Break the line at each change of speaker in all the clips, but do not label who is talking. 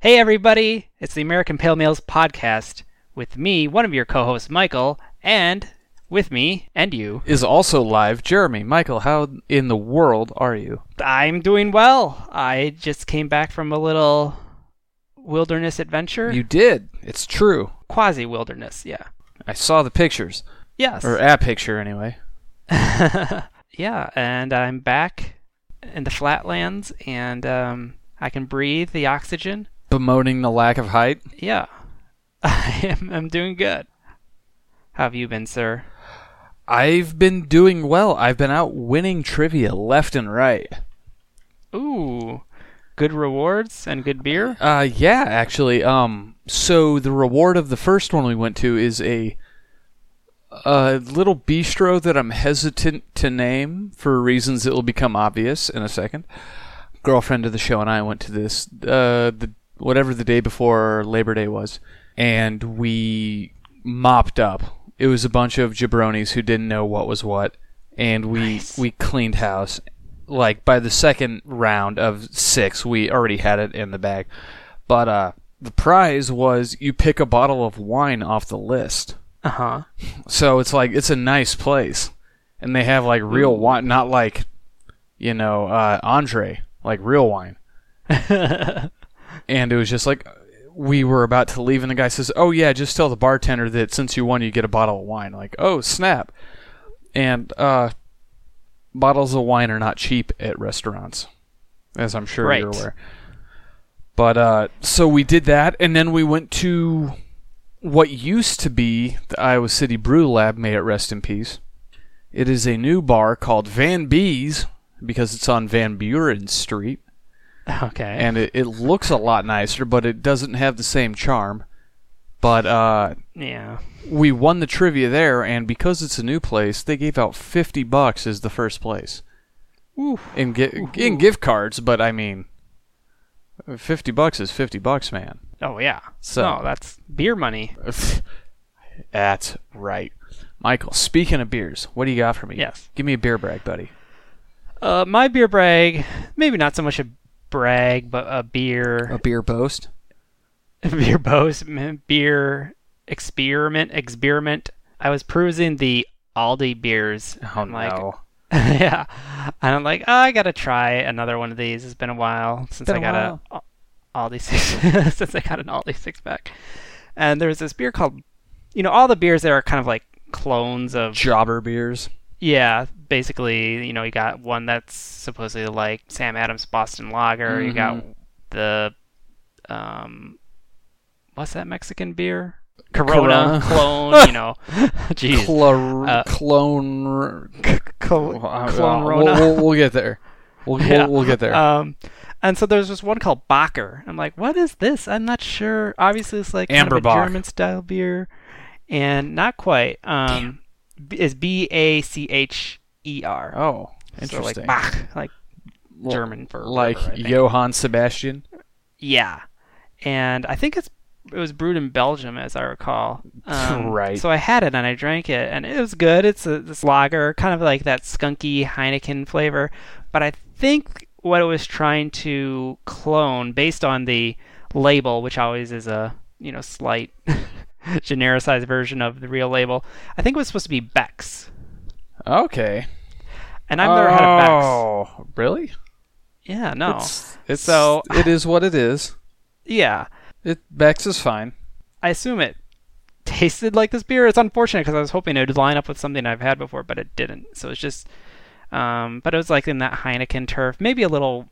Hey, everybody! It's the American Pale Males podcast with me, one of your co hosts, Michael, and with me and you.
is also live. Jeremy, Michael, how in the world are you?
I'm doing well. I just came back from a little wilderness adventure.
You did. It's true.
Quasi wilderness, yeah.
I saw the pictures,
Yes.
or a picture anyway.
yeah, and I'm back in the flatlands and um, I can breathe the oxygen.
Bemoaning the lack of height.
Yeah. I am, I'm doing good. How have you been, sir?
I've been doing well. I've been out winning trivia left and right.
Ooh, good rewards and good beer.
Uh, yeah, actually. Um, so the reward of the first one we went to is a a little bistro that I'm hesitant to name for reasons that will become obvious in a second. Girlfriend of the show and I went to this uh the whatever the day before Labor Day was, and we mopped up. It was a bunch of jabronis who didn't know what was what, and we
Nice.
we cleaned house. Like by the second round of six, we already had it in the bag. But uh, the prize was you pick a bottle of wine off the list.
Uh huh.
So it's like it's a nice place, and they have like real wine, not like you know uh, Andre, like real wine. and it was just like we were about to leave, and the guy says, "Oh yeah, just tell the bartender that since you won, you get a bottle of wine." Like, oh snap! And uh, bottles of wine are not cheap at restaurants, as I'm sure you're
Right.
aware. But uh, so we did that, and then we went to what used to be the Iowa City Brew Lab, may it rest in peace. It is a new bar called Van Bee's because it's on Van Buren Street,
Okay.
and it, it looks a lot nicer, but it doesn't have the same charm. But uh,
yeah.
we won the trivia there, and because it's a new place, they gave out fifty bucks as the first place
Ooh.
in gi- in gift cards. But I mean, fifty bucks is fifty bucks, man.
Oh yeah.
So-
no, that's beer money.
That's right. Michael, speaking of beers, what do you got for me?
Yes.
Give me a beer brag, buddy.
Uh, my beer brag, maybe not so much a brag, but a beer,
beer boast?
beer boast, m- beer experiment, experiment. I was perusing the Aldi beers.
Oh,
I'm like,
no.
yeah. And I'm like, oh, I gotta try another one of these. It's been a while since
Been
I
a
got a Al- Aldi six since I got an Aldi six pack. And there was this beer called, you know, all the beers there are kind of like clones of
Jobber beers.
yeah. Basically, you know, you got one that's supposedly like Sam Adams Boston Lager. You
Mm-hmm.
got the um, what's that Mexican beer? Corona,
Corona.
clone. You know, jeez.
Clor-
Uh,
clone.
Col-
we'll, we'll, we'll get there. We'll,
Yeah.
we'll, we'll get there.
Um, and so there's this one called Bacher. I'm like, what is this? I'm not sure. Obviously, it's like kind of a
Amberbach.
German style beer, and not quite. Um, b- is B A C H E R.
oh,
So like
interesting.
Bach, like
Well,
German for
like
whatever, I think.
Johann Sebastian.
Yeah, and I think it's it was brewed in Belgium, as I recall. Um,
Right.
So I had it and I drank it, and it was good. It's a, this lager, kind of like that skunky Heineken flavor, but I think what it was trying to clone, based on the label, which always is a you know slight genericized version of the real label, I think it was supposed to be Beck's,
Okay.
and I've never had a Beck's.
Oh, really?
Yeah, no.
It's, it's
So-
it is what it is.
yeah.
It Bex is fine.
I assume it tasted like this beer. It's unfortunate because I was hoping it would line up with something I've had before, but it didn't. So it's just, um, but it was like in that Heineken turf, maybe a little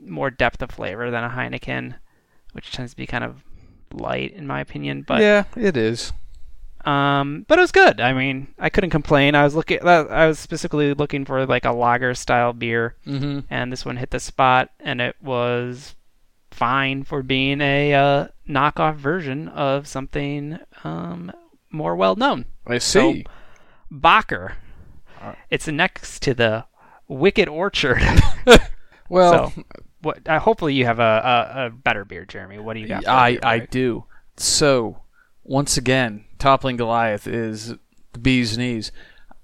more depth of flavor than a Heineken, which tends to be kind of light in my opinion. But
yeah, it is.
um, but it was good. I mean, I couldn't complain. I was looking, I was specifically looking for like a lager style beer,
Mm-hmm.
and this one hit the spot, and it was fine for being a uh, knockoff version of something um, more well known.
I see.
Bacher.
Uh.
It's next to the Wicked Orchard.
well,
so, what? Uh, hopefully, you have a, a, a better beer, Jeremy. What do you got? for
I,
beer,
I
Greg?
do. So, once again, toppling Goliath is the bee's knees.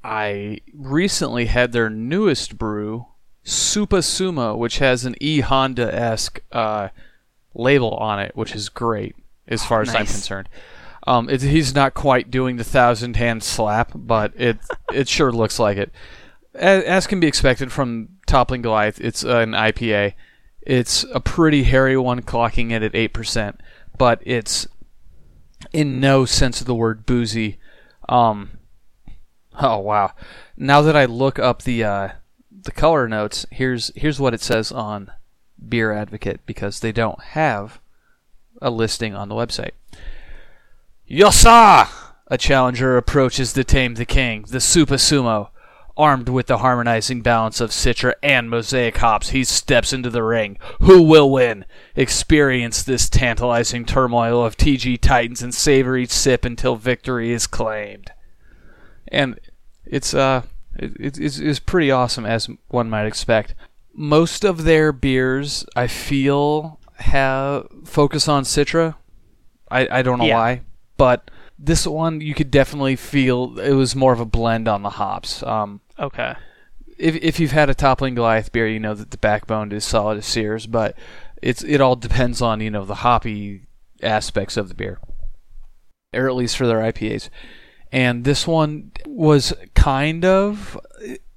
I recently had their newest brew, Supa Sumo, which has an E Honda esque uh, label on it, which is great as far as I'm
Nice.
concerned. Um, it, he's not quite doing the thousand hand slap, but it it sure looks like it. As, as can be expected from Toppling Goliath, it's an IPA. It's a pretty hairy one, clocking it at eight percent, but it's in no sense of the word boozy. Um, Oh wow! Now that I look up the uh, the color notes, here's here's what it says on Beer Advocate because they don't have a listing on the website. Yossa! A challenger approaches to tame the king, the Super Sumo. Armed with the harmonizing balance of Citra and Mosaic hops, he steps into the ring. Who will win? Experience this tantalizing turmoil of TG Titans and savor each sip until victory is claimed and it's uh it, it- it's, it's pretty awesome as one might expect. Most of their beers, I feel, have focus on Citra. I I don't know
Yeah.
why, but this one you could definitely feel it was more of a blend on the hops. Um,
Okay.
if if you've had a toppling Goliath beer, you know that the backbone is solid as Sears, but it's it all depends on you know the hoppy aspects of the beer, or at least for their IPAs. And this one was kind of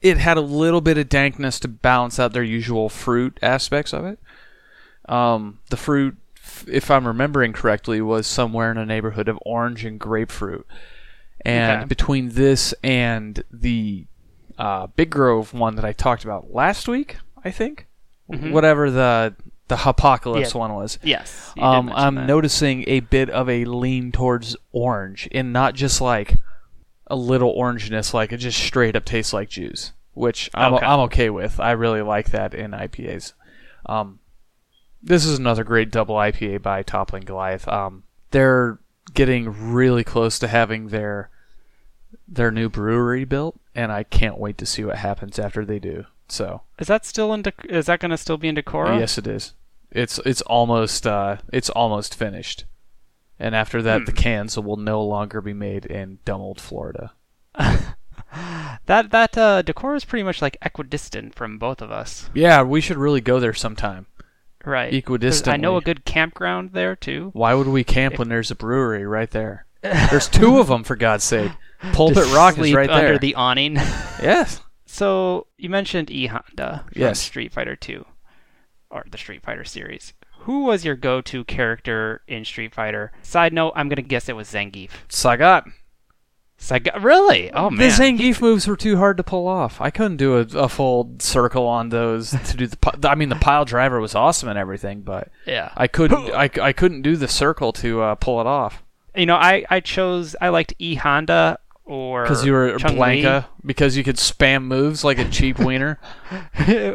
it had a little bit of dankness to balance out their usual fruit aspects of it. Um, the fruit, f- if I'm remembering correctly, was somewhere in a neighborhood of orange and grapefruit. And
Okay.
between this and the uh, Big Grove one that I talked about last week, I think,
Mhm.
whatever the the apocalypse
Yeah.
one was.
Yes. you did
Um,
mention
I'm
that.
noticing a bit of a lean towards orange, and not just like a little orangeness, like it just straight up tastes like juice, which I'm
Okay.
I'm okay with. I really like that in IPAs. Um, this is another great double IPA by Toppling Goliath. Um, they're getting really close to having their their new brewery built, and I can't wait to see what happens after they do. So.
Is that still in? Dec- is that going to still be in Decorah?
Yes, it is. It's it's almost uh, it's almost finished, and after that, the cans will no longer be made in dumb old Florida.
That that uh, Decorah is pretty much like equidistant from both of us,
Yeah, we should really go there sometime.
right?
Equidistantly.
I know a good campground there too.
Why would we camp when there's a brewery right there? There's two of them for God's sake. Pulpit
Just
Rock is
sleep
right there.
under the awning.
yes.
so you mentioned E Honda from
Yes.
Street Fighter Two, or the Street Fighter series. Who was your go-to character in Street Fighter? Side note, I'm gonna guess it was Zangief.
Sagat.
Saiga- really? Oh man.
The Zangief moves were too hard to pull off. I couldn't do a, a full circle on those to do the. pi- I mean, the pile driver was awesome and everything, but
yeah.
I couldn't. I, I couldn't do the circle to uh, pull it off.
you know, I I chose I liked E Honda or
Because you were
Chun-Li.
Blanca. Because you could spam moves like a cheap wiener.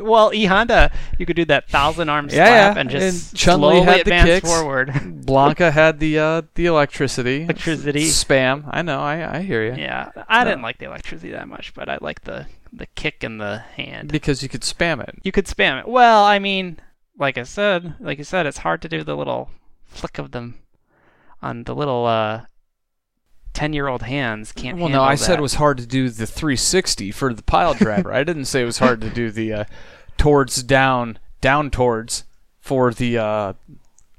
well, E Honda, you could do that thousand arm
Yeah,
slap
yeah,
and just
and Chun-Li
slowly
had the
advance
kicks.
forward.
Blanca had the uh, the electricity.
Electricity.
Spam. I know. I, I hear you.
Yeah, I didn't like the electricity that much, but I liked the the kick in the hand.
Because you could spam it.
You could spam it. Well, I mean, like I said, like you said, it's hard to do the little flick of them on the little uh ten year old hands. Can't.
Well, no, I
handle
said
that.
it was hard to do the 360 for the pile driver. I didn't say it was hard to do the uh, towards down down towards for the uh,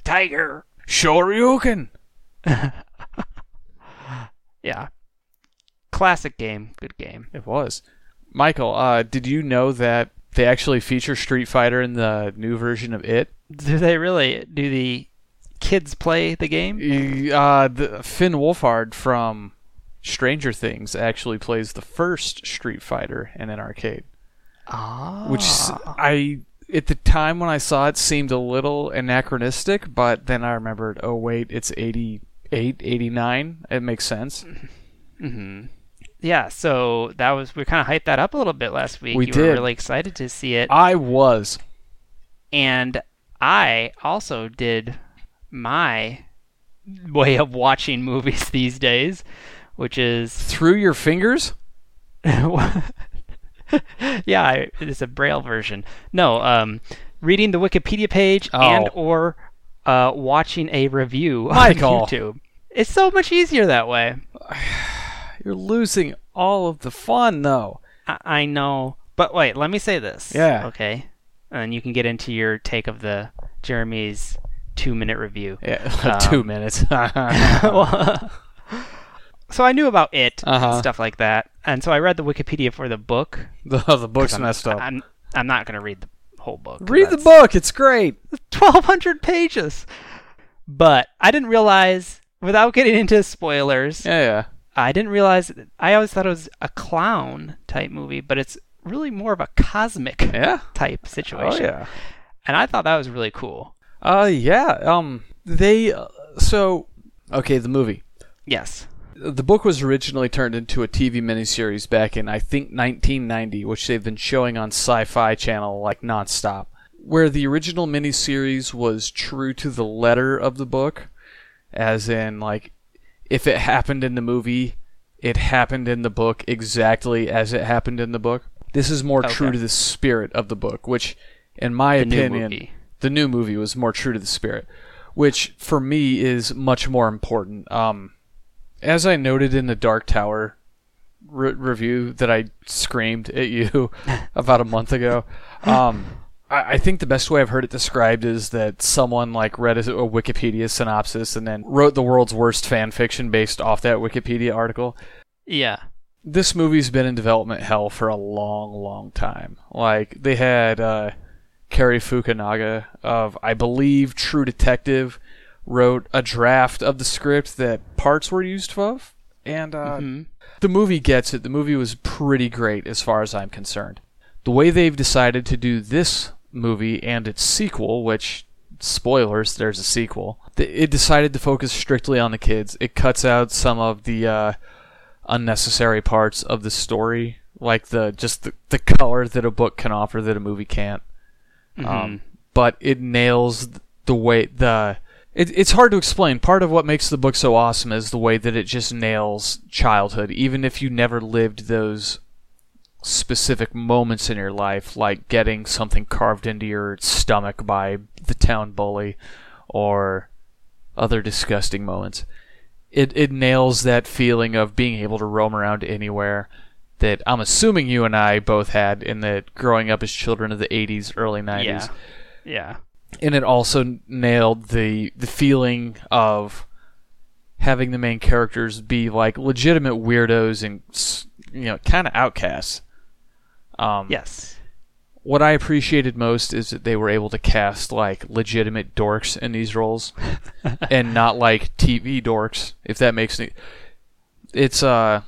tiger.
Shoryuken.
Yeah, classic game. Good game.
It was. Michael, uh, did you know that they actually feature Street Fighter in the new version of it?
Do they really do the kids play the game?
Uh, the, Finn Wolfhard from Stranger Things actually plays the first Street Fighter in an arcade,
Ah,
which s- I at the time when I saw it seemed a little anachronistic, but then I remembered, oh wait, it's 88, 89. It makes sense.
Mm-hmm. hmm yeah. So that was we kind of hyped that up a little bit last week.
We
you
did.
were really excited to see it,
I was.
and I also did my way of watching movies these days, which is
Through your fingers?
yeah, I, it's a braille version. No, um, reading the Wikipedia page and
Oh.
or uh, watching a review
Michael.
on YouTube. It's so much easier that way.
You're losing all of the fun, though.
I, I know, but wait, let me say this.
Yeah.
Okay, and you can get into your take of the Jeremy's two minute review.
Yeah,
Um,
two minutes.
Well, so I knew about it
Uh-huh.
and stuff like that, and so I read the Wikipedia for the book.
the, the book's
I'm-
messed up.
I'm I'm not gonna read the whole book.
Read the
That's-
book. It's great.
1200 pages. But I didn't realize without getting into spoilers,
Yeah, yeah.
I didn't realize I always thought it was a clown type movie, but it's really more of a cosmic
Yeah.
type
Oh
situation.
yeah.
And I thought that was really cool.
Uh yeah. Um they uh, so okay, the movie.
Yes.
The book was originally turned into a TV miniseries back in I think 1990, which they've been showing on Sci-Fi Channel like nonstop. Where the original miniseries was true to the letter of the book, as in like if it happened in the movie, it happened in the book exactly as it happened in the book. This is more true
Okay.
to the spirit of the book, which in my
The new
opinion
movie.
the new movie was more true to the spirit, which for me is much more important. Um, as I noted in the Dark Tower re- review that I screamed at you about a month ago, um, I-, I think the best way I've heard it described is that someone like read a, a Wikipedia synopsis and then wrote the world's worst fan fiction based off that Wikipedia article.
Yeah.
This movie's been in development hell for a long, long time. Like they had uh, Kerry Fukunaga of, I believe, True Detective, wrote a draft of the script that parts were used of, and uh,
Mhm.
the movie gets it. The movie was pretty great as far as I'm concerned. The way they've decided to do this movie and its sequel, which spoilers, there's a sequel. th- It decided to focus strictly on the kids. It cuts out some of the uh, unnecessary parts of the story, like the just the, the color that a book can offer that a movie can't um, but it nails the way the it, it's hard to explain part of what makes the book so awesome is the way that it just nails childhood even if you never lived those specific moments in your life like getting something carved into your stomach by the town bully or other disgusting moments it it nails that feeling of being able to roam around anywhere that I'm assuming you and I both had in that growing up as children of the 80s early 90s
yeah. Yeah.
and it also nailed the the feeling of having the main characters be like legitimate weirdos and s- you know kind of outcasts. Um,
Yes.
What I appreciated most is that they were able to cast like legitimate dorks in these roles, and not like TV dorks. If that makes any, it's uh,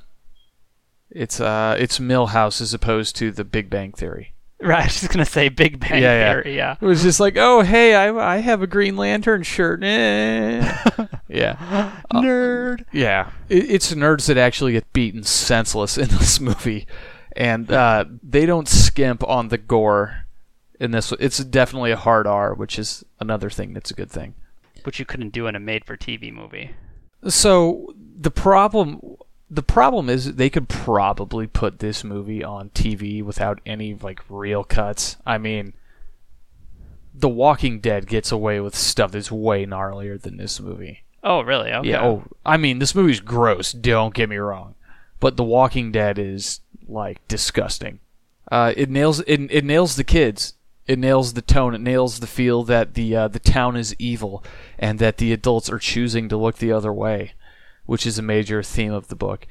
it's uh, it's Millhouse as opposed to the Big Bang Theory.
Right. I was just going to say Big Bang
Yeah, yeah.
Theory. Yeah.
It was just like, oh, hey, I, I have a Green Lantern shirt. Eh. yeah. Uh,
Nerd.
Yeah. It, it's nerds that actually get beaten senseless in this movie. And uh, they don't skimp on the gore in this. It's definitely a hard R, which is another thing that's a good thing.
Which you couldn't do in a made for TV movie.
So the problem. The problem is they could probably put this movie on TV without any like real cuts. I mean, The Walking Dead gets away with stuff that's way gnarlier than this movie.
Oh, really? Okay.
Yeah. Oh, I mean, this movie's gross. Don't get me wrong, but The Walking Dead is like disgusting. Uh, it nails it, it nails the kids. It nails the tone. It nails the feel that the uh, the town is evil and that the adults are choosing to look the other way, which is a major theme of the book.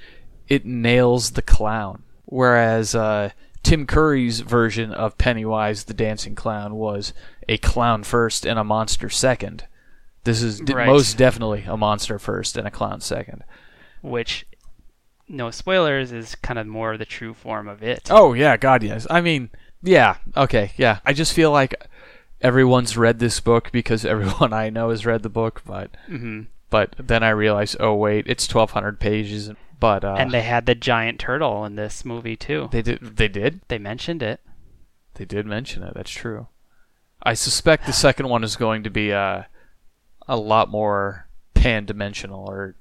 It nails the clown. Whereas uh, Tim Curry's version of Pennywise the Dancing Clown was a clown first and a monster second. This is d-
Right.
most definitely a monster first and a clown second.
Which, no spoilers, is kind of more of the true form of it.
Oh yeah, God yes. I mean, yeah, okay, yeah. I just feel like everyone's read this book because everyone I know has read the book, but
hmm
but then I realize, oh wait, it's twelve hundred pages. But uh,
and they had the giant turtle in this movie too.
they did they did
They mentioned it.
they did mention it. That's true. I suspect the second one is going to be uh, a lot more pan-dimensional or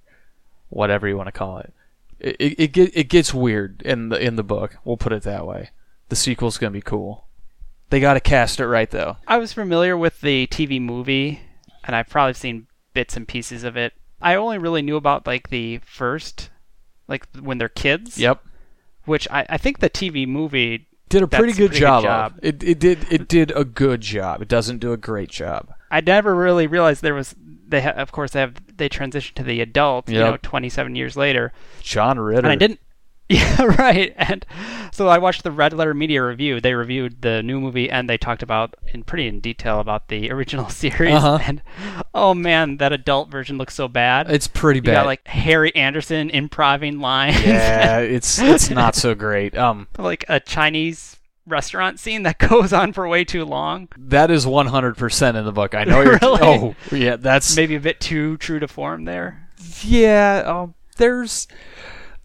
whatever you want to call it. It it, it, get, it gets weird in the in the book. We'll put it that way. The sequel's going to be cool. They got to cast it right though.
I was familiar with the TV movie, and I've probably seen bits and pieces of it. I only really knew about like the first, like when they're kids.
Yep.
Which I, I think the TV movie
Did a pretty
That's a
good
pretty good
job.
job.
Of. It it did it did a good job. It doesn't do a great job.
I never really realized there was. They ha- of course they have they transitioned to the adult. You
Yep.
know, 27 years later,
John Ritter.
and I didn't. Yeah, right. And so I watched the Red Letter Media review. They reviewed the new movie and they talked about in pretty in detail about the original series.
Uh-huh.
And oh man, that adult version looks so bad.
It's pretty
you
bad.
got like Harry Anderson improving lines.
yeah, it's it's not so great. Um,
like a Chinese restaurant scene that goes on for way too long.
that is one hundred percent in the book. I know you're.
Really?
Oh, yeah, that's
Maybe a bit too true to form there.
yeah. Um, there's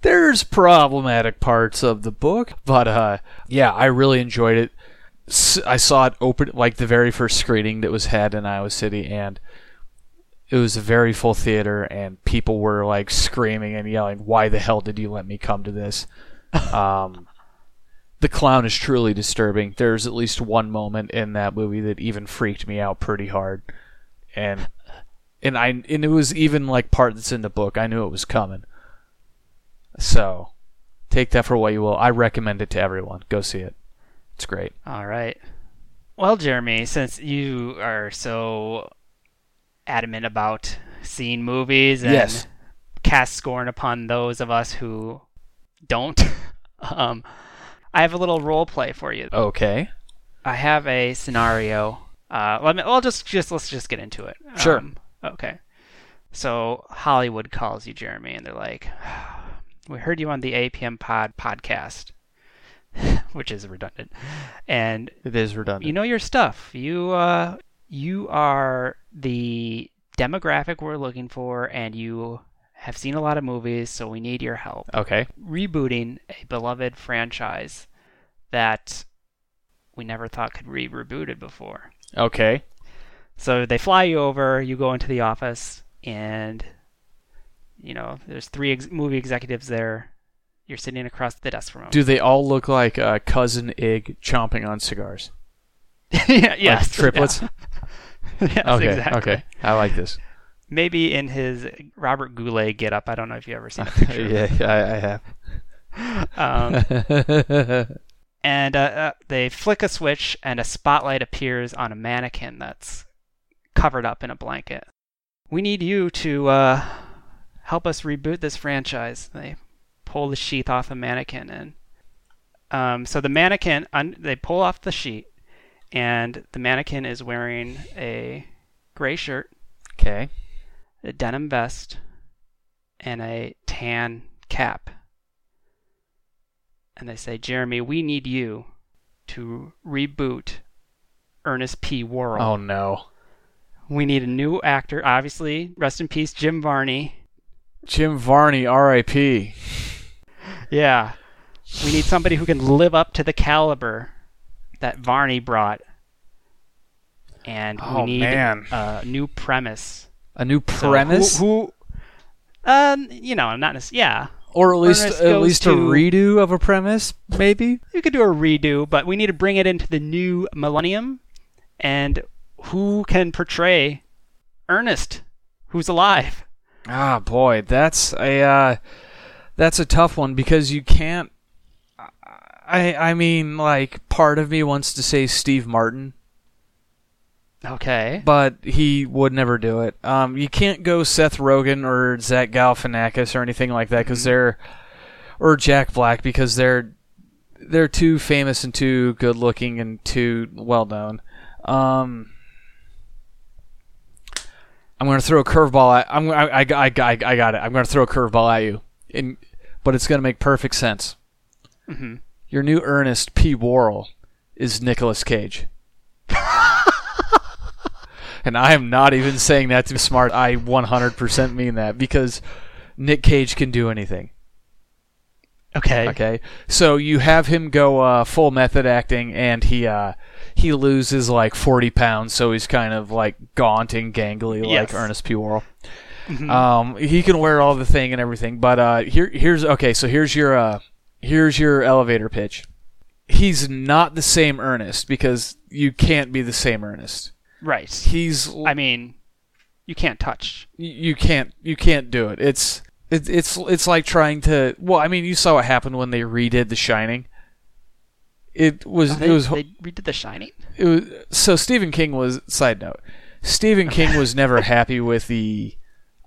there's problematic parts of the book, but uh, yeah, I really enjoyed it. S- I saw it open like the very first screening that was had in Iowa City, and it was a very full theater, and people were like screaming and yelling, "Why the hell did you let me come to this?" Um, the clown is truly disturbing. There's at least one moment in that movie that even freaked me out pretty hard, and and I and it was even like part that's in the book. I knew it was coming, so take that for what you will. I recommend it to everyone. Go see it. It's great.
All right. Well, Jeremy, since you are so adamant about seeing movies and
Yes.
cast scorn upon those of us who don't, um, I have a little role play for you.
Okay.
I have a scenario. Uh, let me. Well, just just let's just get into it.
Sure.
Um, okay. So Hollywood calls you, Jeremy, and they're like, "We heard you on the APM Pod podcast, which is redundant, and
It is redundant.
you know your stuff. You uh, you are the demographic we're looking for, and you have seen a lot of movies, so we need your help."
okay.
rebooting a beloved franchise that we never thought could be rebooted before.
Okay.
So they fly you over, you go into the office, and you know there's three ex- movie executives there. You're sitting across the desk from them.
Do they all look like uh, cousin Ig chomping on cigars?
yeah, yes,
Like triplets.
Yeah. yes,
Okay.
exactly.
Okay. I like this.
Maybe in his Robert Goulet get up. I don't know if you ever seen a picture. of
yeah, I,
it. Um,
have.
and uh, uh, they flick a switch and a spotlight appears on a mannequin that's covered up in a blanket. We need you to uh, help us reboot this franchise. They pull the sheath off the mannequin, and um, so the mannequin un- they pull off the sheet, and the mannequin is wearing a gray shirt,
okay.
a denim vest, and a tan cap. And they say, Jeremy, we need you to reboot Ernest P. Worrell.
Oh no.
We need a new actor, obviously. Rest in peace, Jim Varney.
Jim Varney, R.I.P.
Yeah. We need somebody who can live up to the caliber that Varney brought. And
Oh,
we need
man.
a new premise.
A new
So
premise,
who, who um, you know, not necessarily, yeah.
or at least
Ernest
at
goes
least a
to-
redo of a premise, maybe.
you could do a redo, but we need to bring it into the new millennium. And who can portray Ernest, who's alive?
Ah, boy, that's a uh, that's a tough one because you can't. I I mean, like, part of me wants to say Steve Martin,
Okay.
but he would never do it. Um, you can't go Seth Rogen or Zach Galifianakis or anything like that because they're or Jack Black because they're they're too famous and too good looking and too well known. Um, I'm gonna throw a curveball at I'm I I, I, I, I got it. I'm gonna throw a curveball at you, and but it's gonna make perfect sense.
Mhm.
Your new Ernest P. Worrell is Nicolas Cage. And I am not even saying that to be smart. I 100% mean that because Nick Cage can do anything.
Okay.
Okay, so you have him go uh, full method acting, and he uh, he loses like 40 pounds, so he's kind of like gaunt and gangly, like
Yes.
Ernest P. Worrell. Um, he can wear all the thing and everything, but uh, here here's okay. So here's your uh, here's your elevator pitch. He's not the same Ernest because you can't be the same Ernest.
Right.
He's l-
I mean, you can't touch.
you can't you can't do it. It's it, it's it's like trying to. Well, I mean, you saw what happened when they redid The Shining. It was
They,
it was
they redid The Shining.
it was so Stephen King was side note. Stephen King was never happy with the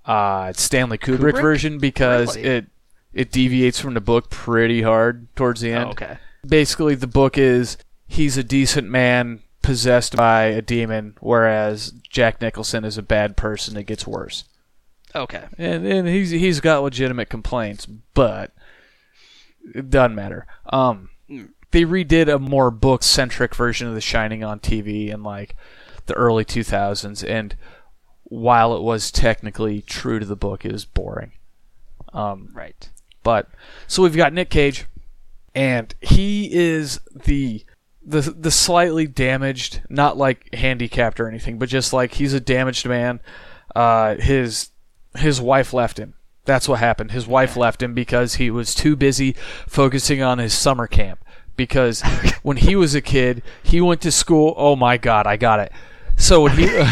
uh, Stanley Kubrick,
Kubrick?
version because
Really?
it it deviates from the book pretty hard towards the end.
Oh, okay.
Basically, the book is he's a decent man possessed by a demon, whereas Jack Nicholson is a bad person that gets worse.
Okay.
And and he's he's got legitimate complaints, but it doesn't matter. Um,
Mm.
they redid a more book centric version of The Shining on TV in like the early two thousands, and while it was technically true to the book, it was boring. Um,
Right.
but so we've got Nick Cage, and he is the the the slightly damaged, not like handicapped or anything, but just like he's a damaged man. Uh, his his wife left him. That's what happened. His wife left him because he was too busy focusing on his summer camp. Because when he was a kid, he went to school. Oh my God, I got it. So when he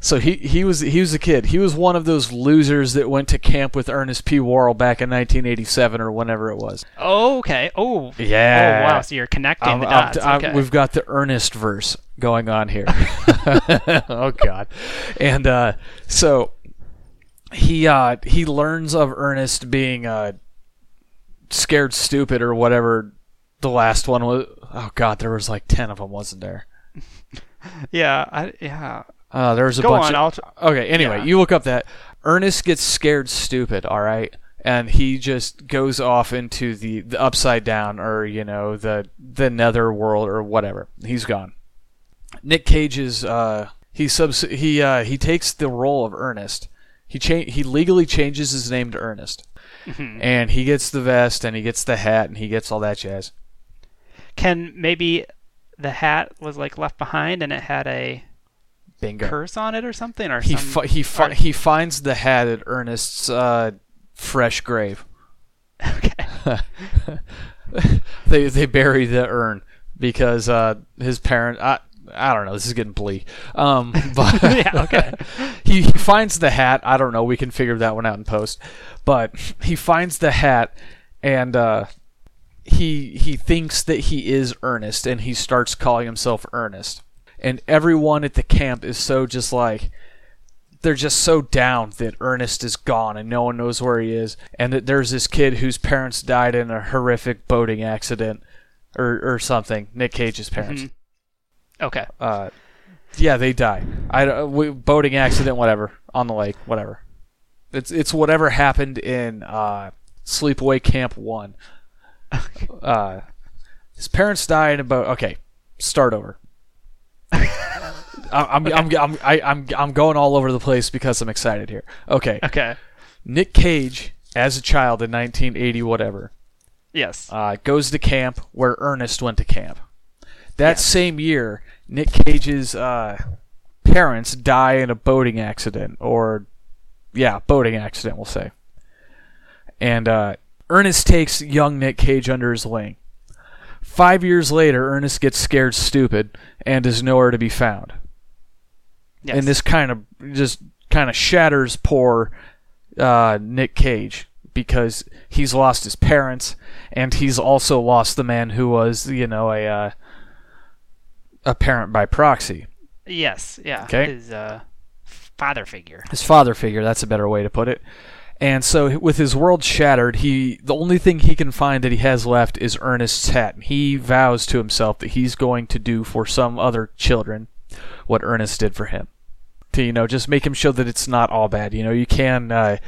So he, he was he was a kid. He was one of those losers that went to camp with Ernest P. Worrell back in 1987 or whenever it was.
Oh, okay. Oh.
Yeah.
Oh, wow. So you're connecting
I'm-
the
I'm-
dots.
I'm-
okay.
We've got the Ernest verse going on here. oh God! And uh, so he uh, he learns of Ernest being uh, scared stupid or whatever. The last one was. Oh God! There was like ten of them, wasn't there?
yeah. I, yeah.
Uh, there was a
Go
bunch
on.
of-
I'll. Tr-
Okay, anyway,
Yeah.
you look up that. Ernest gets scared stupid, all right? And he just goes off into the, the upside down or, you know, the the nether world or whatever. He's gone. Nick Cage is uh he subs he uh he takes the role of Ernest. He cha- he legally changes his name to Ernest. And he gets the vest and he gets the hat and he gets all that jazz.
Can maybe the hat was like left behind and it had a
Bingo.
curse on it or something or
he
some-
fi- he fi-
or-
he finds the hat at Ernest's uh, fresh grave.
Okay.
they they bury the urn because uh, his parent. I, I don't know. This is getting bleak. Um, but
Yeah, okay.
he, he finds the hat. I don't know. We can figure that one out in post. But he finds the hat, and uh, he he thinks that he is Ernest, and he starts calling himself Ernest. And everyone at the camp is so just like they're just so down that Ernest is gone and no one knows where he is, and that there's this kid whose parents died in a horrific boating accident or or something. Nick Cage's parents.
Mhm. Okay.
Uh, yeah, they die. I don't- we, boating accident, whatever, on the lake, whatever. It's it's whatever happened in uh, Sleepaway Camp One. uh, his parents die in a boat. Okay, start over. I- I'm, I'm, I'm, I- I'm, I'm going all over the place because I'm excited here. Okay.
Okay.
Nick Cage, as a child in 1980, whatever,
Yes.
uh, goes to camp where Ernest went to camp. That same year, Nick Cage's uh, parents die in a boating accident, or yeah, boating accident, we'll say. And uh, Ernest takes young Nick Cage under his wing. Five years later, Ernest gets scared stupid and is nowhere to be found
yes.
and this kind of just kind of shatters poor uh, Nick Cage because he's lost his parents and he's also lost the man who was you know a uh, a parent by proxy,
Yes. Yeah.
Okay.
His uh, father figure.
his father figure. That's a better way to put it. And so, with his world shattered, he the only thing he can find that he has left is Ernest's hat. He vows to himself that he's going to do for some other children what Ernest did for him. to you know just make him show that it's not all bad. You know, you can uh,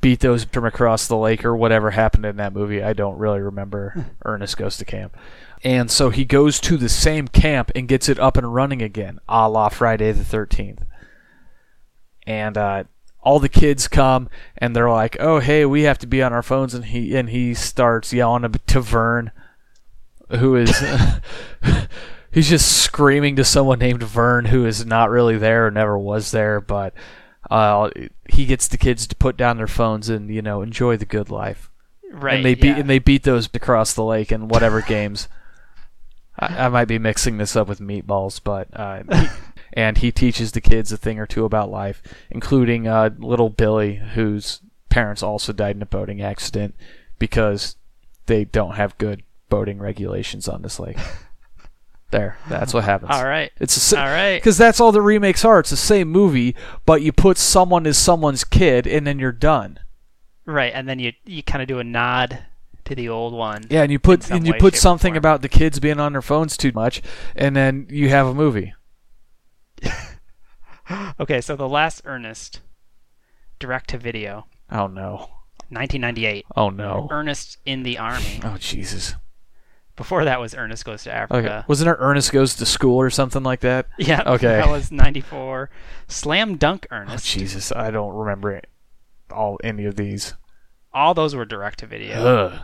beat those from across the lake or whatever happened in that movie. I don't really remember. Ernest goes to camp, and so he goes to the same camp and gets it up and running again, a la Friday the Thirteenth. And uh, all the kids come and they're like, "Oh, hey, we have to be on our phones," and he and he starts yelling to Vern, who is. he's just screaming to someone named Vern who is not really there or never was there, but uh, he gets the kids to put down their phones and you know enjoy the good life.
Right.
and they beat
yeah.
and they beat those across the lake in whatever games. I, I might be mixing this up with meatballs, but uh, he- and he teaches the kids a thing or two about life, including uh, little Billy, whose parents also died in a boating accident because they don't have good boating regulations on this lake. there, that's what happens.
All right.
It's a si-
All right.
because that's all the remakes are. It's the same movie, but you put someone as someone's kid, and then you're done.
Right, and then you you kind of do a nod to the old one.
Yeah, and you put
some
and you
way,
put
shape, or
something
form.
about the kids being on their phones too much, and then you have a movie.
Okay, so the last Ernest, direct to video,
Oh no!
1998.
Oh no!
Ernest in the Army.
Oh Jesus!
Before that was Ernest Goes to
Okay,
Africa.
wasn't there Ernest goes to school or something like that?
Yeah.
Okay.
That was 94. Slam Dunk
Oh
Ernest.
Jesus! I don't remember it. all any of these.
All those were direct to video.
Ugh.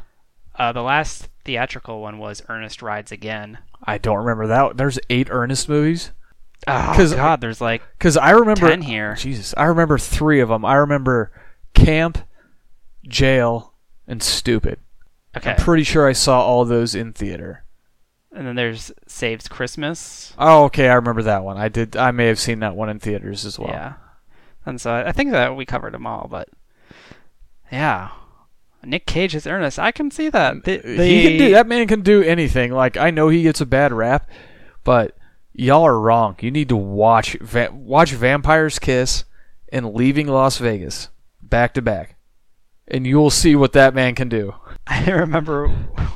Uh, the last theatrical one was Ernest Rides Again.
I don't remember that. There's eight Ernest movies.
Oh
'Cause-
God, there's like
Because I remember
ten here.
Jesus, I remember three of them. I remember camp, jail, and stupid.
Okay.
Pretty sure I saw all those in theater.
And then there's Saves Christmas.
Oh, okay, I remember that one. I did. I may have seen that one in theaters as well.
Yeah. And so I I think that we covered them all, but yeah. Nick Cage is Ernest. I can see that. The,
He can
the-
do that. Man can do anything. Like I know he gets a bad rap, but y'all are wrong. You need to watch va- watch Vampires Kiss and Leaving Las Vegas back to back, and you'll see what that man can do.
I remember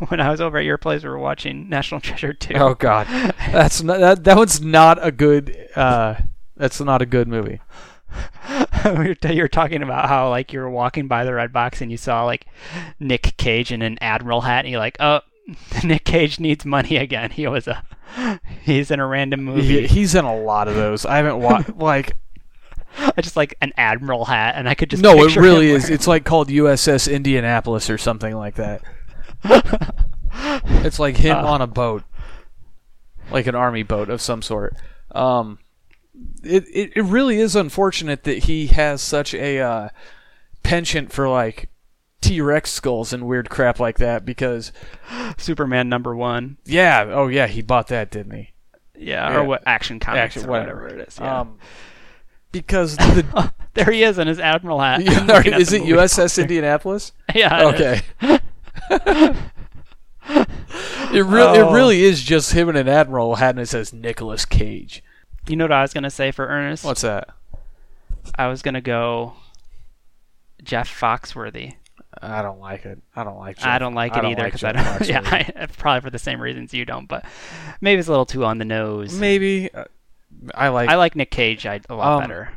when I was over at your place, we were watching National Treasure 2.
Oh God, that's not, that. That one's not a good. Uh, that's not a good movie.
we were t- you were talking about how like you were walking by the red box and you saw like Nick Cage in an admiral hat and you're like, oh, Nick Cage needs money again. He was a he's in a random movie.
He, he's in a lot of those. I haven't watched. Like
I just like an admiral hat and I could just
no, it
picture
really
him
is. It's like called USS Indianapolis or something like that. it's like him
Uh.
on a boat, like an army boat of some sort. Um, it, it it really is unfortunate that he has such a uh, penchant for like T Rex skulls and weird crap like that because
wearing Superman number one.
yeah, oh yeah, he bought that, didn't he?
Yeah,
Yeah.
or what action comics
Action,
or whatever, it is. Yeah.
Um, because the
there he is in his admiral hat. I'm looking at
Um, is
the
it
movie.
USS Indianapolis?
Yeah. it is.
Okay. it really
Oh.
it really is just him and an admiral hat, and it says Nicholas Cage.
You know what I was gonna say for Ernest?
What's that?
I was gonna go Jeff Foxworthy.
I don't like it. I don't like.
I don't like it either because I don't. yeah, I, probably for the same reasons you don't. But maybe it's a little too on the nose.
maybe. uh, I like.
I like Nick Cage I, a lot
Um,
better.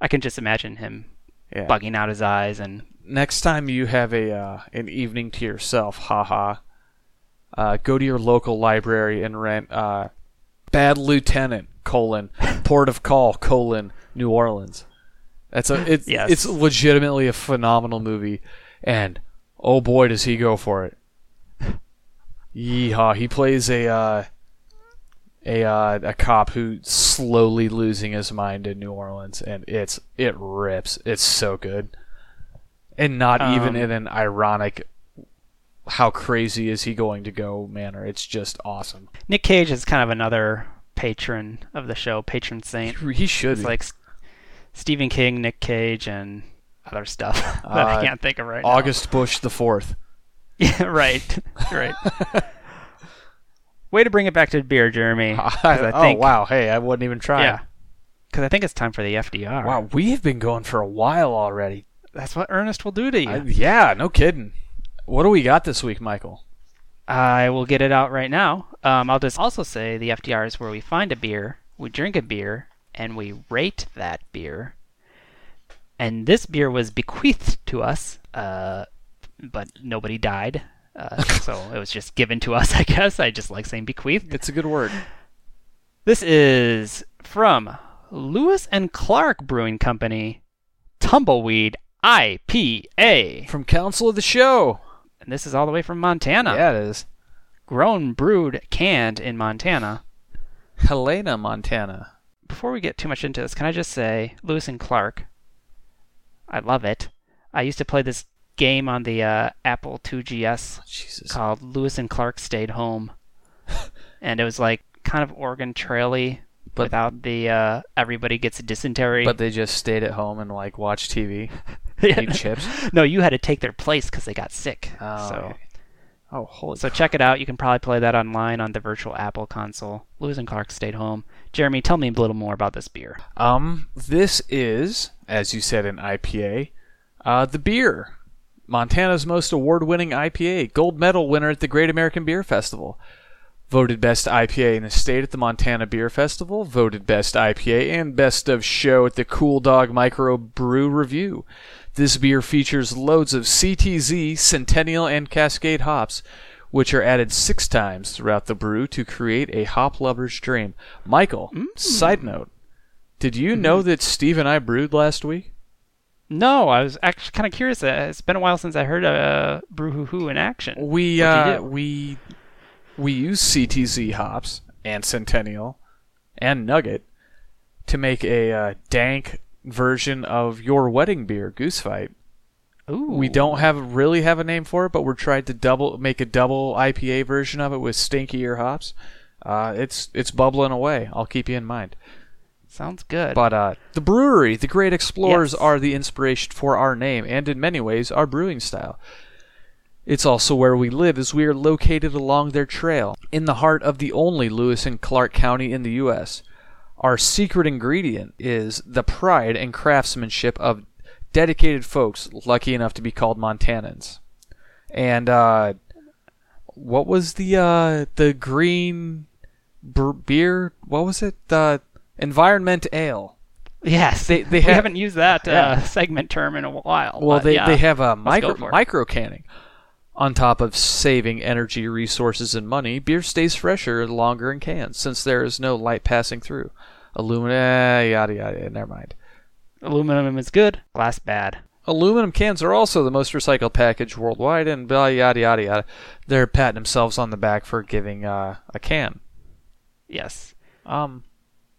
I can just imagine him
yeah.
bugging out his eyes and
Next time you have a uh, an evening to yourself, haha. Uh, go to your local library and rent uh, "Bad Lieutenant: colon, Port of Call: colon, New Orleans." That's a it's
Yes.
it's legitimately a phenomenal movie, and oh boy does he go for it. Yeehaw! He plays a uh, a uh, a cop who's slowly losing his mind in New Orleans, and it's it rips. It's so good, and not even
Um,
in an ironic. How crazy is he going to go manner? It's just awesome.
Nick Cage is kind of another patron of the show, patron saint.
He should
It's
be.
like S- Stephen King, Nick Cage, and other stuff that
Uh,
I can't think of right now.
August Bush the fourth.
Yeah, right, right. Way to bring it back to beer, Jeremy. 'cause I think,
oh wow! Hey, I wouldn't even try.
Yeah, because I think it's time for the FDR.
Wow, we have been going for a while already.
That's what Ernest will do to you.
I- Uh, yeah, no kidding. What do we got this week, Michael?
I will get it out right now. Um, I'll just also say the FDR is where we find a beer, we drink a beer, and we rate that beer. And this beer was bequeathed to us, uh, but nobody died. Uh, so it was just given to us, I guess. I just like saying bequeathed.
It's a good word.
This is from Lewis and Clark Brewing Company, Tumbleweed IPA.
From Council of the Show.
And this is all the way from Montana.
Yeah, it is.
Grown, brewed, canned in Montana.
Helena, Montana.
before we get too much into this, can I just say Lewis and Clark? I love it. I used to play this game on the uh, Apple 2GS
Jesus.
called Lewis and Clark Stayed Home, and it was like kind of Oregon Traily
But-
without the uh, everybody gets dysentery.
But they just stayed at home and like watched TV,
Yeah.
eat chips.
no, you had to take their place because they got sick.
Oh,
so
okay. Oh, holy!
So check it out. You can probably play that online on the virtual Apple console. Lewis and Clark stayed home. Jeremy, tell me a little more about this beer.
Um, this is, as you said, an IPA. Uh, the beer, Montana's most award-winning IPA, gold medal winner at the Great American Beer Festival, voted best IPA in the state at the Montana Beer Festival, voted best IPA and best of show at the Cool Dog Micro Brew Review. This beer features loads of CTZ, Centennial, and Cascade hops, which are added six times throughout the brew to create a hop lover's dream. Michael, side note, did
Mm-hmm.
you know that Steve and I brewed last week?
No, I was actually kind of curious. Uh, It's been a while since I heard uh, Brew Hoo Hoo in action. What'd
We
you
uh,
do?
we we use CTZ hops and Centennial and Nugget to make a uh, dank version of your wedding beer, Goose Fight.
Ooh,
We don't have really have a name for it, but we're trying to double make a double IPA version of it with stinkier hops. Uh, it's it's bubbling away. I'll keep you in mind.
Sounds good.
But uh, the brewery, the Great Explorers,
Yes.
are the inspiration for our name and in many ways our brewing style. It's also where we live, as we are located along their trail, in the heart of the only Lewis and Clark County in the U.S. Our secret ingredient is the pride and craftsmanship of dedicated folks lucky enough to be called Montanans. And uh, what was the uh, the green br- beer? What was it? The environment ale.
yes,
they- they
we
ha-
haven't used that uh,
Yeah.
segment term in a while.
Well,
but
they,
yeah.
they have a
Let's go
micro
for it.
micro canning. On top of saving energy, resources, and money, beer stays fresher longer in cans since there is no light passing through. Aluminum, yada yada. Never mind.
aluminum is good, glass bad.
Aluminum cans are also the most recycled package worldwide, and blah, yada yada yada. They're patting themselves on the back for giving uh, a can.
Yes.
Um,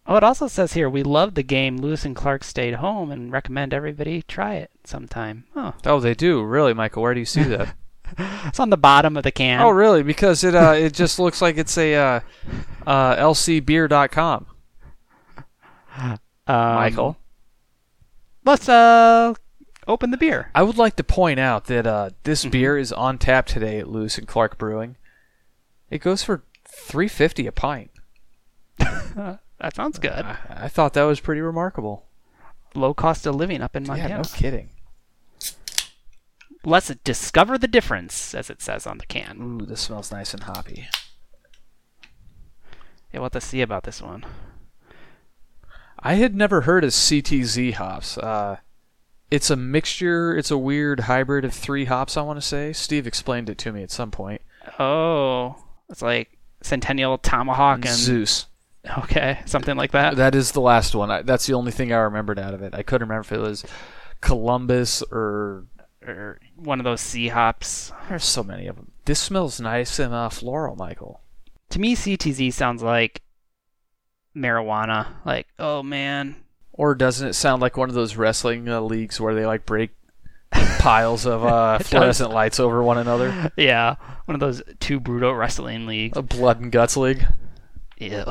Oh, it also says here we love the game. Lewis and Clark stayed home and recommend everybody try it sometime. Oh,
oh, they do really, Michael. Where do you see that?
it's on the bottom of the can.
oh, really? Because it uh, it just looks like it's a uh, uh, lcbeer.com.
Um,
Michael.
Let's uh open the beer.
I would like to point out that uh, this beer is on tap today at Lewis and Clark Brewing. It goes for three fifty a pint.
Uh, That sounds good.
I, I thought that was pretty remarkable.
Low cost of living up in
Yeah,
Montana.
no kidding.
Let's discover the difference, as it says on the can.
Ooh, this smells nice and hoppy.
Yeah, we'll have to see about this one.
I had never heard of CTZ hops. Uh, it's a mixture. It's a weird hybrid of three hops. I want to say Steve explained it to me at some point.
Oh, it's like Centennial Tomahawk and
Zeus.
okay, something like that.
Uh, That is the last one. I, that's the only thing I remembered out of it. I couldn't remember if it was Columbus or
Or one of those sea hops.
There's so many of them. This smells nice and uh, floral, Michael.
To me, CTZ sounds like marijuana. Like, oh man,
Or doesn't it sound like one of those wrestling uh, leagues where they like break piles of uh,
does.
fluorescent lights over one another?
yeah, one of those two brutal wrestling leagues.
A blood and guts league.
Ew.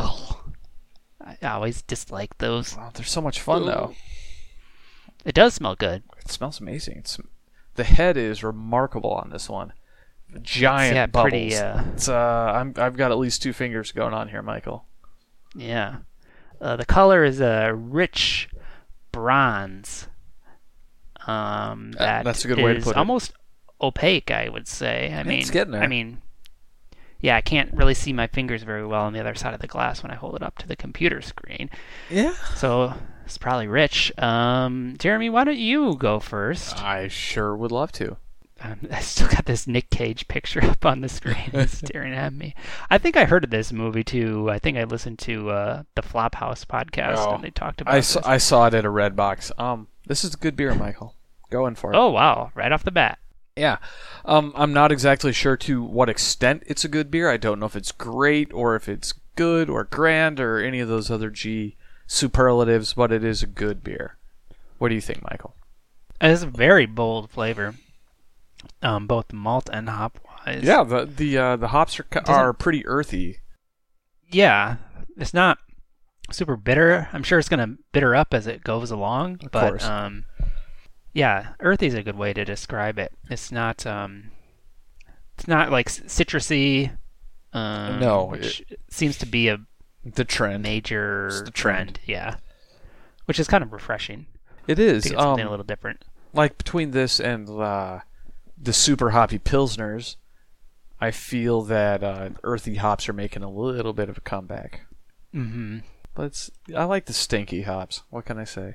I always dislike those.
Wow, they're so much fun though.
It does smell good.
It smells amazing. It's the head is remarkable on this one. Giant
yeah,
bubbles.
pretty, uh,
It's, uh, I'm, I've got at least two fingers going on here, Michael.
Yeah. Uh, the color is a rich bronze. Um,
Uh,
that
that's a good way to
is
put it.
almost opaque, I would say. I mean,
getting there.
I mean, yeah, I can't really see my fingers very well on the other side of the glass when I hold it up to the computer screen.
Yeah.
So it's probably rich. Um, Jeremy, why don't you go first?
I sure would love to.
Um, I still got this Nick Cage picture up on the screen He's staring at me. I think I heard of this movie too. I think I listened to uh, the Flophouse podcast
Oh,
and they talked about
I
this.
saw, I saw it at a red box. Um, this is good beer, Michael. Going for it.
Oh wow! Right off the bat,
Yeah. Um, I'm not exactly sure to what extent it's a good beer. I don't know if it's great or if it's good or grand or any of those other G superlatives, but it is a good beer. What do you think, Michael?
it's a very bold flavor, um, both malt and hop wise.
yeah, the the uh, the hops are ki-
Doesn't-
are pretty earthy.
yeah. It's not super bitter. I'm sure it's gonna bitter up as it goes along.
Of
but
course.
um, yeah, earthy is a good way to describe it. It's not um, It's not like c- citrusy. Um,
No,
which seems to be a
The trend.
major
It's the
trend. Yeah, which is kind of refreshing
It
to
is.
get
Um,
something a little different.
like between this and uh, the super hoppy pilsners, I feel that uh, earthy hops are making a little bit of a comeback.
hmm
But it's, I like the stinky hops. What can I say?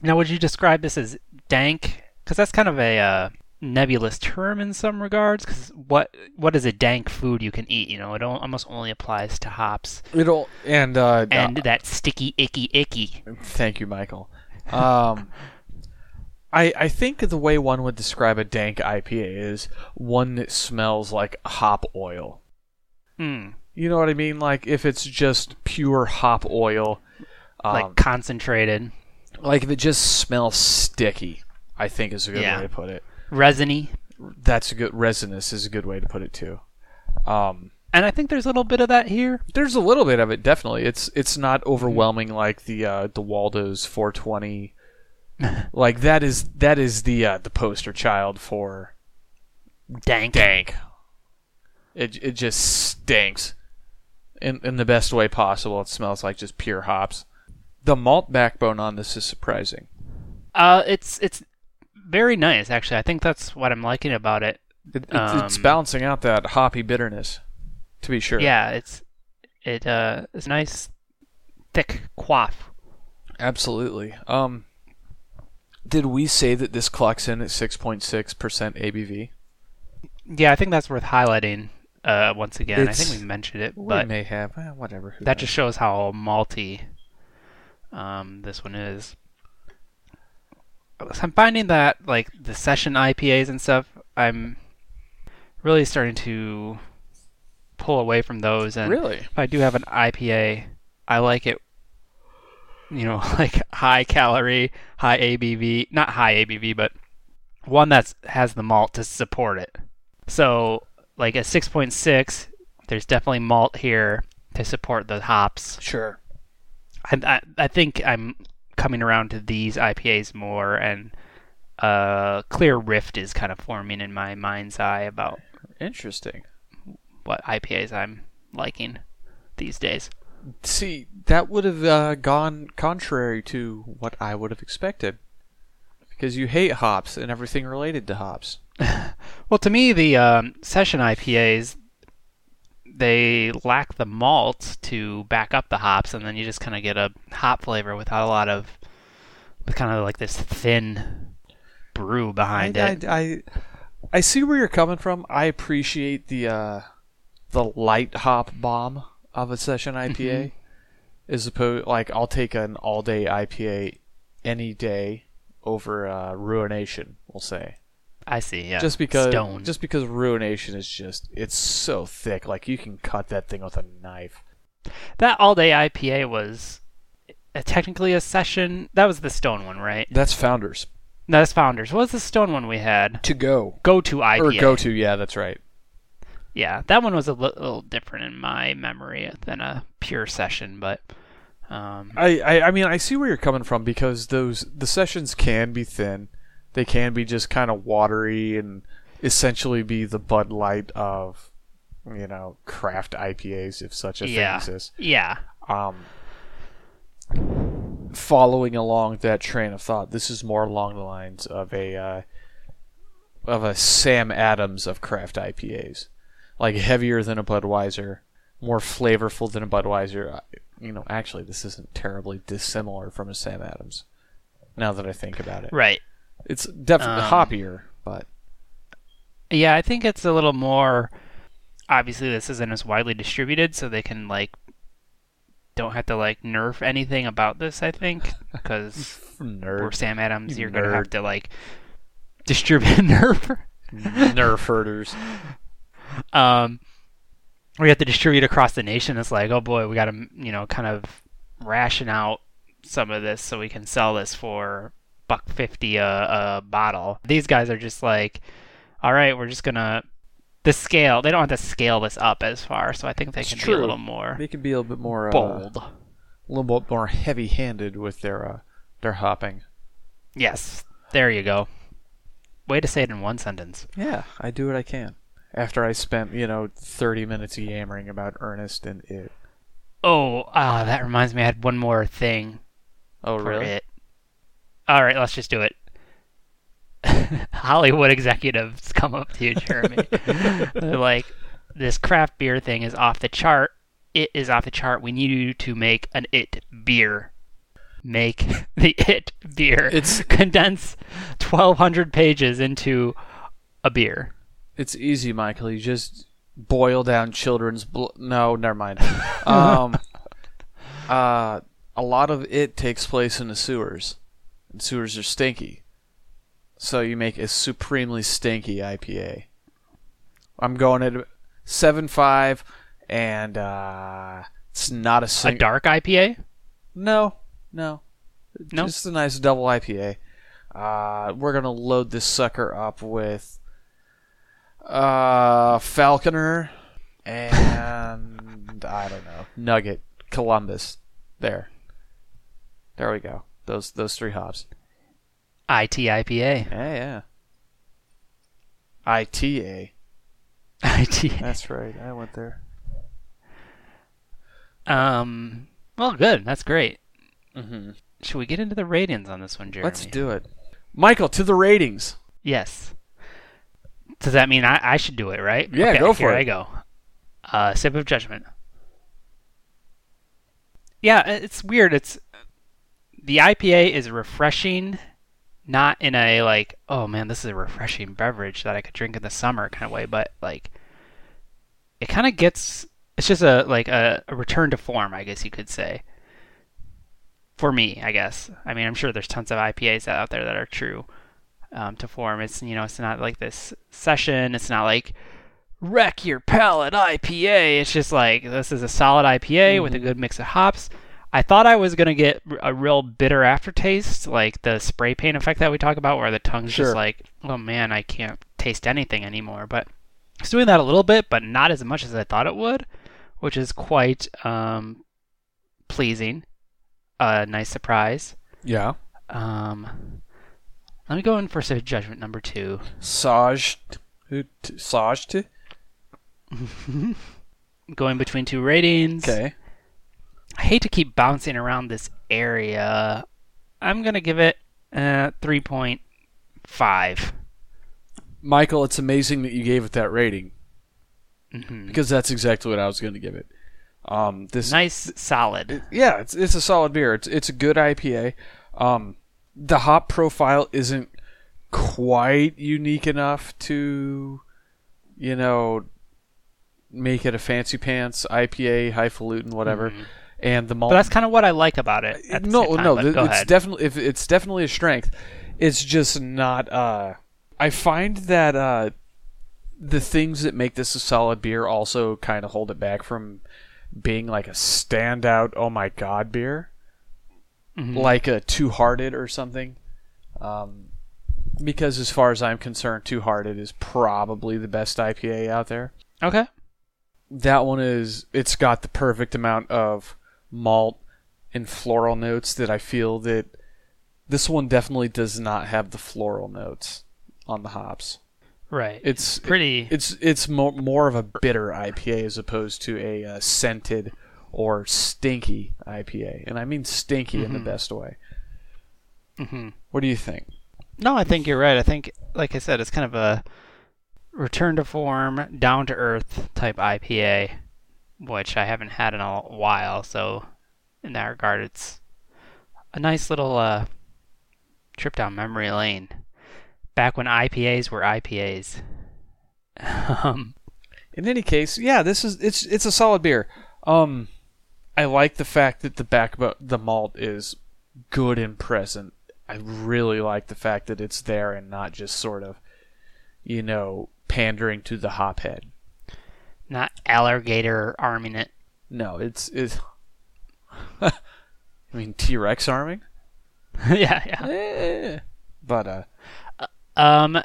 Now, would you describe this as dank? Because that's kind of a uh, nebulous term in some regards. Because what what is a dank food you can eat? You know, it al- almost only applies to hops
It'll and uh,
and that sticky, icky, icky.
Thank you, Michael. Um, I I think the way one would describe a dank IPA is one that smells like hop oil.
Mm,
You know what I mean? Like if it's just pure hop oil, um,
like concentrated,
like if it just smells sticky. I think is a good
Yeah.
way to put it.
resiny.
That's a good resinous is a good way to put it too. Um,
And I think there's a little bit of that here.
there's a little bit of it definitely. It's it's not overwhelming like the uh, the Waldo's 420. like that is that is the uh, the poster child for
Dank.
dank. It it just stinks, in in the best way possible. It smells like just pure hops. The malt backbone on this is surprising.
Uh, it's it's very nice actually. I think that's what I'm liking about it.
It, it's, it's
Um,
balancing out that hoppy bitterness, to be sure.
Yeah, it's it uh it's a nice thick quaff.
absolutely. Um, did we say that this clocks in at six point six percent ABV?
Yeah, I think that's worth highlighting uh once again. I
It's-
think we mentioned it,
We
but
may have eh, whatever. who
that
knows?
just shows how malty um this one is. So I'm finding that like the session IPAs and stuff, I'm really starting to pull away from those and
really
if I do have an IPA, I like it. You know, like high calorie, high ABV, not high ABV, but one that's has the malt to support it. So, like a 6.6, there's definitely malt here to support the hops.
sure.
I I, I think I'm coming around to these IPAs more, and a clear rift is kind of forming in my mind's eye about
Interesting.
what IPAs I'm liking these days.
See, that would have uh, gone contrary to what I would have expected, because you hate hops and everything related to hops.
Well, to me, the um, session IPAs they lack the malt to back up the hops, and then you just kind of get a hop flavor without a lot of, with kind of like this thin brew behind
I,
it.
I, I, I see where you're coming from. I appreciate the uh, the light hop bomb of a session IPA, as opposed like I'll take an all day IPA any day over uh, ruination. We'll say.
I, see. Yeah.
just because
stone.
just because ruination is just it's so thick like you can cut that thing with a knife
that all day IPA was uh technically a session. That was the stone one, right?
that's founders
No, that's founders. What was the stone one we had?
to go
Go to IPA.
or go to yeah that's right
yeah, that one was a li- little different in my memory than a pure session, but um,
I, I i mean i see where you're coming from because those the sessions can be thin they can be just kind of watery and essentially be the bud light of you know craft ipas if such a
Yeah.
thing exists
yeah,
um following along that train of thought this is more along the lines of a uh, of a Sam Adams of craft IPAs like heavier than a Budweiser more flavorful than a Budweiser I- you know actually this isn't terribly dissimilar from a Sam Adams now that I think about it
right.
it's definitely
Um,
hoppier but
Yeah, I think it's a little more. Obviously, this isn't as widely distributed, so they can like don't have to like nerf anything about this. I think because for
nerd
Sam Adams,
You
you're gonna have
nerd.
to like distribute nerf.
nerf herders
Um, we have to distribute across the nation. It's like, oh boy, we got to you know kind of ration out some of this so we can sell this for buck fifty a, a bottle. These guys are just like, all right, we're just gonna the scale. They don't have to scale this up as far, so I think they
It's
can be
true.
a little more
they can be a little bit more uh,
bold.
a little bit more heavy-handed with their uh, their hopping.
Yes, there you go. Way to say it in one sentence.
Yeah, I do what I can. after I spent, you know, 30 minutes yammering about Ernest and it.
Oh, ah, that reminds me. I had one more thing
Oh,
for it. All right, let's just do it. Hollywood executives come up to you, Jeremy. They're like, this craft beer thing is off the chart. It is off the chart. We need you to make an it beer. Make the it beer.
It's-
condense 1,200 pages into a beer.
It's easy, Michael. You just boil down children's. Bl- no, never mind. Um, uh, a lot of it takes place in the sewers, and sewers are stinky. So you make a supremely stinky IPA. I'm going at seven five, and uh, it's not a
A
sing-
dark IPA?
no, no,
No?
Just a nice double IPA. Uh, we're gonna load this sucker up with uh, Falconer and I don't know Nugget Columbus. There, there we go. Those those three hops.
IT IPA.
Yeah, yeah. ITA.
IT.
That's right. I went there.
Um, well, good. That's great.
Mm-hmm.
Should we get into the ratings on this one, Jeremy?
Let's do it, Michael. To the ratings.
Yes. Does that mean I, I should do it, right?
Yeah,
Okay,
go for
here
it.
I go. Uh, sip of judgment. Yeah, i- it's weird. It's the IPA is refreshing, not in a like, oh man, this is a refreshing beverage that I could drink in the summer kind of way, but like, it kind of gets. It's just a like a, a return to form, I guess you could say. For me, I guess. I mean, I'm sure there's tons of IPAs out there that are true um, to form. It's you know, it's not like this session. It's not like wreck your palate IPA. It's just like this is a solid IPA with a good mix of hops. I thought I was gonna get r- a real bitter aftertaste, like the spray paint effect that we talk about, where the tongue's
Sure.
just like, oh man, I can't taste anything anymore. But it's doing that a little bit, but not as much as I thought it would, which is quite um, pleasing. A nice surprise.
Yeah.
Um, let me go in for sort of judgment number two.
Saj. Saj.
Going between two ratings.
Okay.
I hate to keep bouncing around this area. I'm gonna give it uh, three point five.
Michael, it's amazing that you gave it that rating
Mm-hmm.
because that's exactly what I was going to give it. Um, this
Nice, solid.
yeah, it's it's a solid beer. It's it's a good IPA. Um, the hop profile isn't quite unique enough to, you know, make it a fancy pants IPA, highfalutin, whatever. And the malt
Mm-hmm. But that's kind of what I like about it. At the
Uh, no,
same time,
no,
but
th-
go
it's
ahead.
definitely if it's definitely a strength. It's just not. Uh, I find that uh, the things that make this a solid beer also kind of hold it back from being like a standout. Oh my god, beer
Mhm.
like a Two Hearted or something. Um, because as far as I'm concerned, Two Hearted is probably the best IPA out there
okay.
that one is it's got the perfect amount of malt and floral notes that I feel that this one definitely does not have the floral notes on the hops.
Right.
It's
Pretty.
it's it's more more of a bitter IPA as opposed to a uh, scented or stinky IPA, and I mean stinky in the best way.
hmm
What do you think?
No, I think you're right. I think, like I said, it's kind of a return to form, down to earth type IPA, which I haven't had in a while. So, in that regard, it's a nice little uh, trip down memory lane. Back when IPAs were IPAs. um,
In any case, yeah, this is it's it's a solid beer. Um, I like the fact that the back about the malt is good and present. I really like the fact that it's there and not just sort of, you know, pandering to the hop head.
not alligator arming it.
No, it's it's. I mean, T Rex arming.
yeah, yeah.
Eh. But uh,
Um,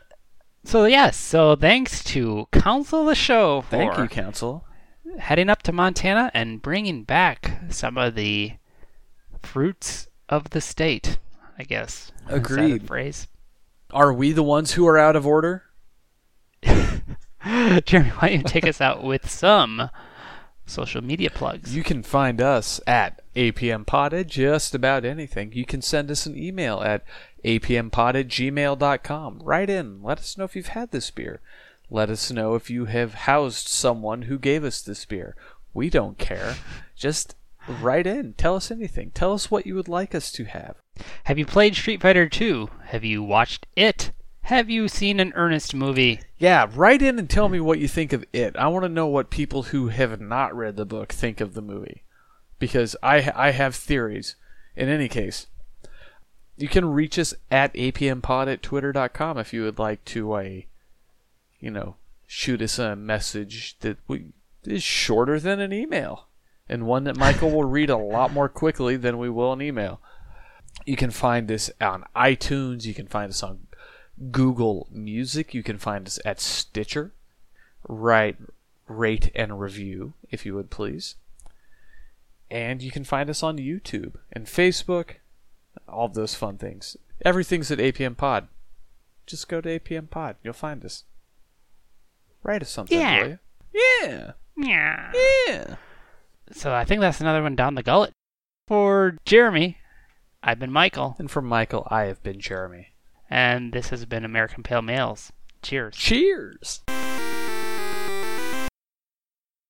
so, yes, so thanks to Council of the Show for
thank you, Council.
heading up to Montana and bringing back some of the fruits of the state, I guess. Is that a
Agreed.
phrase.
Are we the ones who are out of order?
Jeremy, why don't you take us out with some social media plugs?
You can find us at APM Pod at just about anything. You can send us an email at apmpod at gmail.com. Write in. Let us know if you've had this beer. Let us know if you have housed someone who gave us this beer. We don't care. Just write in. Tell us anything. Tell us what you would like us to have.
Have you played Street Fighter 2? Have you watched it? Have you seen an Ernest movie?
Yeah, write in and tell me what you think of it. I want to know what people who have not read the book think of the movie, because I I have theories. In any case, you can reach us at apmpod at twitter.com if you would like to, uh, you know, shoot us a message that we, is shorter than an email, and one that Michael will read a lot more quickly than we will an email. You can find us on iTunes. You can find us on Google Music. You can find us at Stitcher. Write, rate, and review, if you would please. And you can find us on YouTube and Facebook, all those fun things. Everything's at APM Pod. Just go to APM Pod. You'll find us. Write us something,
Yeah.
will you? Yeah.
Yeah.
Yeah.
So I think that's another one down the gullet. For Jeremy, I've been Michael,
And from Michael, I have been Jeremy.
and this has been American Pale Males. Cheers.
Cheers.